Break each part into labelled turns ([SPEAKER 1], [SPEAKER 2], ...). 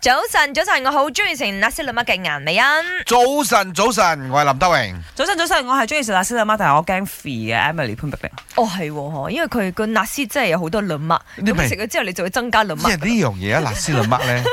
[SPEAKER 1] 早晨，早晨，我好中意食那些老乜嘅顏美欣。
[SPEAKER 2] 早晨，早晨，我係林德榮。
[SPEAKER 3] 早晨，早晨，我係中意食辣椒媽，但係我驚肥嘅 Emily 潘碧玲。
[SPEAKER 1] 哦，係喎，因為佢個那斯真係有好多老乜，
[SPEAKER 2] 你明
[SPEAKER 1] 咁食咗之後你就會增加老
[SPEAKER 2] 即係
[SPEAKER 1] 乜。
[SPEAKER 2] 呢樣嘢啊，辣斯倫乜 咧，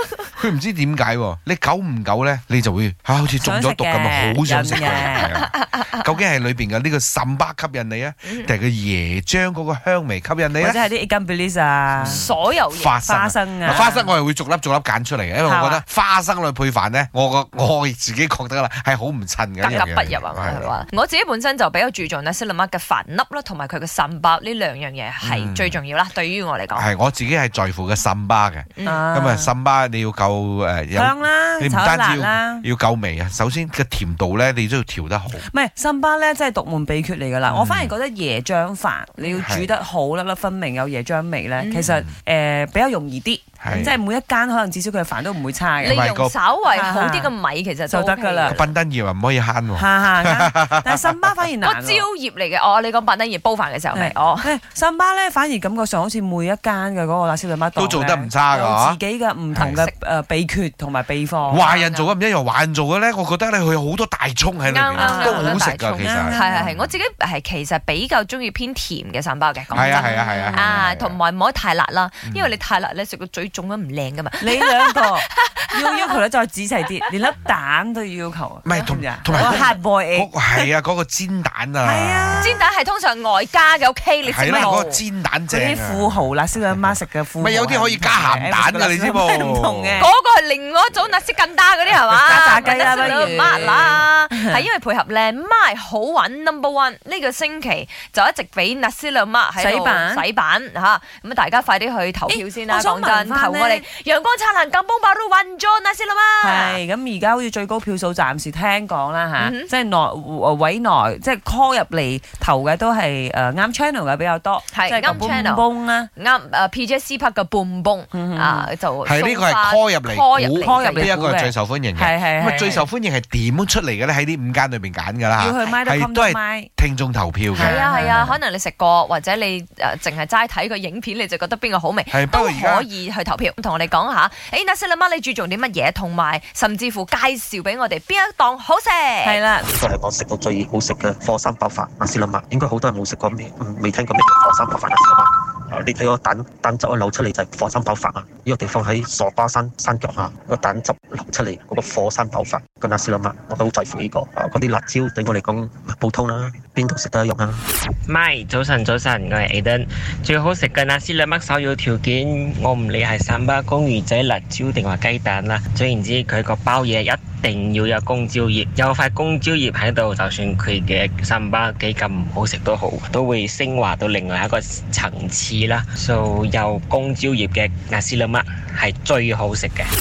[SPEAKER 2] 佢唔知點解喎。你久唔久咧，你就會啊好似中咗毒咁啊，好想
[SPEAKER 3] 想
[SPEAKER 2] 食
[SPEAKER 3] 食
[SPEAKER 2] 佢。
[SPEAKER 3] 嘅
[SPEAKER 2] 係 啊究竟係裏邊嘅呢個岑巴吸引你啊，定係個椰漿嗰個香味吸引你
[SPEAKER 3] 嗯或者
[SPEAKER 2] 咧？
[SPEAKER 3] 係啲 ikan bilis 啊，
[SPEAKER 1] 所有嘢
[SPEAKER 2] 花生啊
[SPEAKER 3] 花生啊
[SPEAKER 2] 嗱花生我係會逐粒逐粒揀出嚟嘅，因為我覺
[SPEAKER 3] 係
[SPEAKER 2] 得
[SPEAKER 3] 嘛
[SPEAKER 2] 花生類配飯咧，我個我自己覺得啦，係好唔襯嘅
[SPEAKER 1] 格
[SPEAKER 2] 一
[SPEAKER 1] 格
[SPEAKER 2] 樣
[SPEAKER 1] 不入
[SPEAKER 2] 嘢。
[SPEAKER 1] 啊嘛，係
[SPEAKER 2] 係
[SPEAKER 1] 嘛？我自己本身就比較注重那些老乜嘅飯粒啦，同埋佢嘅腎包呢兩樣嘢
[SPEAKER 2] 嗯
[SPEAKER 1] 係最重要啦。對於我嚟講，
[SPEAKER 2] 係我自己係在乎嘅岑巴嘅，
[SPEAKER 1] 嗯
[SPEAKER 2] 咁啊
[SPEAKER 3] 咁
[SPEAKER 2] 岑巴你要夠誒有。
[SPEAKER 3] 香啦，
[SPEAKER 2] 你唔
[SPEAKER 3] 炒得
[SPEAKER 2] 單
[SPEAKER 3] 辣
[SPEAKER 2] 止
[SPEAKER 3] 啦
[SPEAKER 2] 要。要夠味啊，首先嘅甜度咧，你都要調得好。
[SPEAKER 3] 唔係，辛巴咧真係獨門秘訣嚟㗎
[SPEAKER 2] 嗯
[SPEAKER 3] 啦！我反而覺得椰漿飯你要煮得好粒粒分明，有椰漿味咧，
[SPEAKER 1] 嗯
[SPEAKER 3] 其實誒、呃比較容易啲，
[SPEAKER 2] 係
[SPEAKER 3] 即係每一間可能至少佢嘅飯都唔會差
[SPEAKER 1] 你
[SPEAKER 3] 嘅，
[SPEAKER 2] 咪個
[SPEAKER 1] 用稍為好啲嘅米其實
[SPEAKER 3] 就得㗎
[SPEAKER 1] 㗎
[SPEAKER 3] 啦
[SPEAKER 2] 個賓登葉啊唔可以慳喎。
[SPEAKER 3] 下下啱但係辛巴反而
[SPEAKER 1] 個
[SPEAKER 3] 難啊
[SPEAKER 1] 椒
[SPEAKER 3] 喎。
[SPEAKER 1] 葉嚟嘅，哦，你講白得葉煲飯嘅時候咪
[SPEAKER 3] 係
[SPEAKER 1] 哦，
[SPEAKER 3] 誒辛巴咧，反而感覺上好似每一間嘅嗰個辣椒辣媽檔
[SPEAKER 2] 都做得唔差㗎
[SPEAKER 3] 有自己嘅唔同嘅
[SPEAKER 1] 係
[SPEAKER 3] 誒秘訣同埋秘
[SPEAKER 1] 哦
[SPEAKER 3] 方。
[SPEAKER 2] 華人做嘅唔一樣，華人做嘅咧，我覺得咧佢有好多大葱喺裏
[SPEAKER 1] 啱啱
[SPEAKER 2] 邊，
[SPEAKER 1] 啱
[SPEAKER 2] 都好食
[SPEAKER 1] 大葱啊
[SPEAKER 2] 㗎
[SPEAKER 1] 係
[SPEAKER 2] 其實。
[SPEAKER 1] 係係，我自己係其實比較中意偏甜嘅腎包嘅，講
[SPEAKER 2] 係啊
[SPEAKER 1] 真
[SPEAKER 2] 係啊係啊係
[SPEAKER 1] 啊，
[SPEAKER 2] 啊。
[SPEAKER 1] 同埋唔可以太辣啦，
[SPEAKER 3] 嗯
[SPEAKER 1] 因為你太辣咧食個嘴腫咗唔靚噶嘛。
[SPEAKER 3] 你兩個 要要求得再仔細啲，連粒蛋都要要求啊。
[SPEAKER 2] 唔係同同埋
[SPEAKER 3] 我
[SPEAKER 2] 嗰
[SPEAKER 3] hard boy
[SPEAKER 2] 嗰
[SPEAKER 3] egg
[SPEAKER 2] 係啊，嗰個煎蛋
[SPEAKER 3] 係啊
[SPEAKER 2] 啊，
[SPEAKER 1] 煎哦蛋係通常外加嘅，OK，你
[SPEAKER 2] 係
[SPEAKER 1] 知
[SPEAKER 2] 啦，
[SPEAKER 1] 道
[SPEAKER 2] 嗰個煎蛋正
[SPEAKER 3] 嗰啲富
[SPEAKER 2] 啊。
[SPEAKER 3] 豪辣椒阿媽食嘅富豪，啊
[SPEAKER 2] 咪有啲可以加鹹蛋㗎你知冇
[SPEAKER 3] 唔同嘅。
[SPEAKER 1] 哦嗰個係另外一種辣色更加嗰啲係嘛？
[SPEAKER 3] 炸炸雞啦不如
[SPEAKER 1] 乜 啦？係因為配合咧，My 好玩 Number One 呢個星期就一直俾 Nasi l e m a 喺
[SPEAKER 3] 洗版
[SPEAKER 1] 度洗版嚇，咁啊大家快啲去投票先啦！
[SPEAKER 3] 咦
[SPEAKER 1] 講
[SPEAKER 3] 我想問
[SPEAKER 1] 真，投
[SPEAKER 3] 返呢
[SPEAKER 1] 我哋陽光燦爛咁 b o m b 混咗 Nasi l e m a
[SPEAKER 3] 係咁而家好似最高票數，暫時聽講啦吓，
[SPEAKER 1] 嗯哼
[SPEAKER 3] 即係內呃委內即係 call 入嚟投嘅都係誒呃啱 channel 嘅比較多，
[SPEAKER 1] 係
[SPEAKER 3] 即係
[SPEAKER 1] 啱 channel
[SPEAKER 3] 崩啦。
[SPEAKER 1] 啱誒 PJ C 拍嘅半崩
[SPEAKER 3] 嗯
[SPEAKER 1] 啊，就
[SPEAKER 2] 係呢個係
[SPEAKER 1] 送花
[SPEAKER 2] call 入嚟
[SPEAKER 1] call 入嚟
[SPEAKER 3] call 入
[SPEAKER 2] 呢
[SPEAKER 3] 嚟
[SPEAKER 2] 一個係最受歡迎嘅。
[SPEAKER 3] 係
[SPEAKER 2] 咁
[SPEAKER 3] 係
[SPEAKER 2] 啊
[SPEAKER 3] 係
[SPEAKER 2] 最受歡迎係點樣出嚟嘅咧？喺呢五間裏邊揀㗎
[SPEAKER 3] 要
[SPEAKER 2] 啦，
[SPEAKER 3] 去買得
[SPEAKER 2] 係
[SPEAKER 3] 襟
[SPEAKER 2] 都
[SPEAKER 3] 都
[SPEAKER 2] 係
[SPEAKER 3] 買。
[SPEAKER 2] 聽眾投票
[SPEAKER 1] 係
[SPEAKER 2] 嘅。
[SPEAKER 1] 啊係啊，可能你食過或者你誒呃淨係齋睇個影片，你就覺得邊個好味，
[SPEAKER 2] 係不
[SPEAKER 1] 都
[SPEAKER 2] 過而家
[SPEAKER 1] 可以去投票。同我哋講下，誒那些啦媽你注重啲乜嘢，同埋甚至乎介紹俾我哋邊一檔好食。
[SPEAKER 3] 係啦，
[SPEAKER 4] 呢個係我食過最好食嘅火山爆飯阿斯林麥，應該好多人冇食過咩，嗯未聽過咩叫火山爆飯阿斯林麥。啊你睇個蛋蛋汁一流出嚟就係火山爆飯啊！呢個地方喺傻巴山山腳下，個蛋汁流出嚟嗰個火山爆飯個阿斯林麥，我都好在乎呢個啊！嗰啲辣椒對我嚟講普通啦，邊度食都一啊樣啦。
[SPEAKER 5] 咪早晨早晨，我係 Aden。最好食嘅那斯兩麥首要條件，我唔理係三巴公魚仔、辣椒定話雞蛋啦。總言之，佢個包嘢一定要有公椒葉，有塊公椒葉喺度，就算佢嘅三巴幾咁唔好食都好，都會升華到另外一個層次啦。So 有公椒葉嘅那斯兩麥係最好食嘅。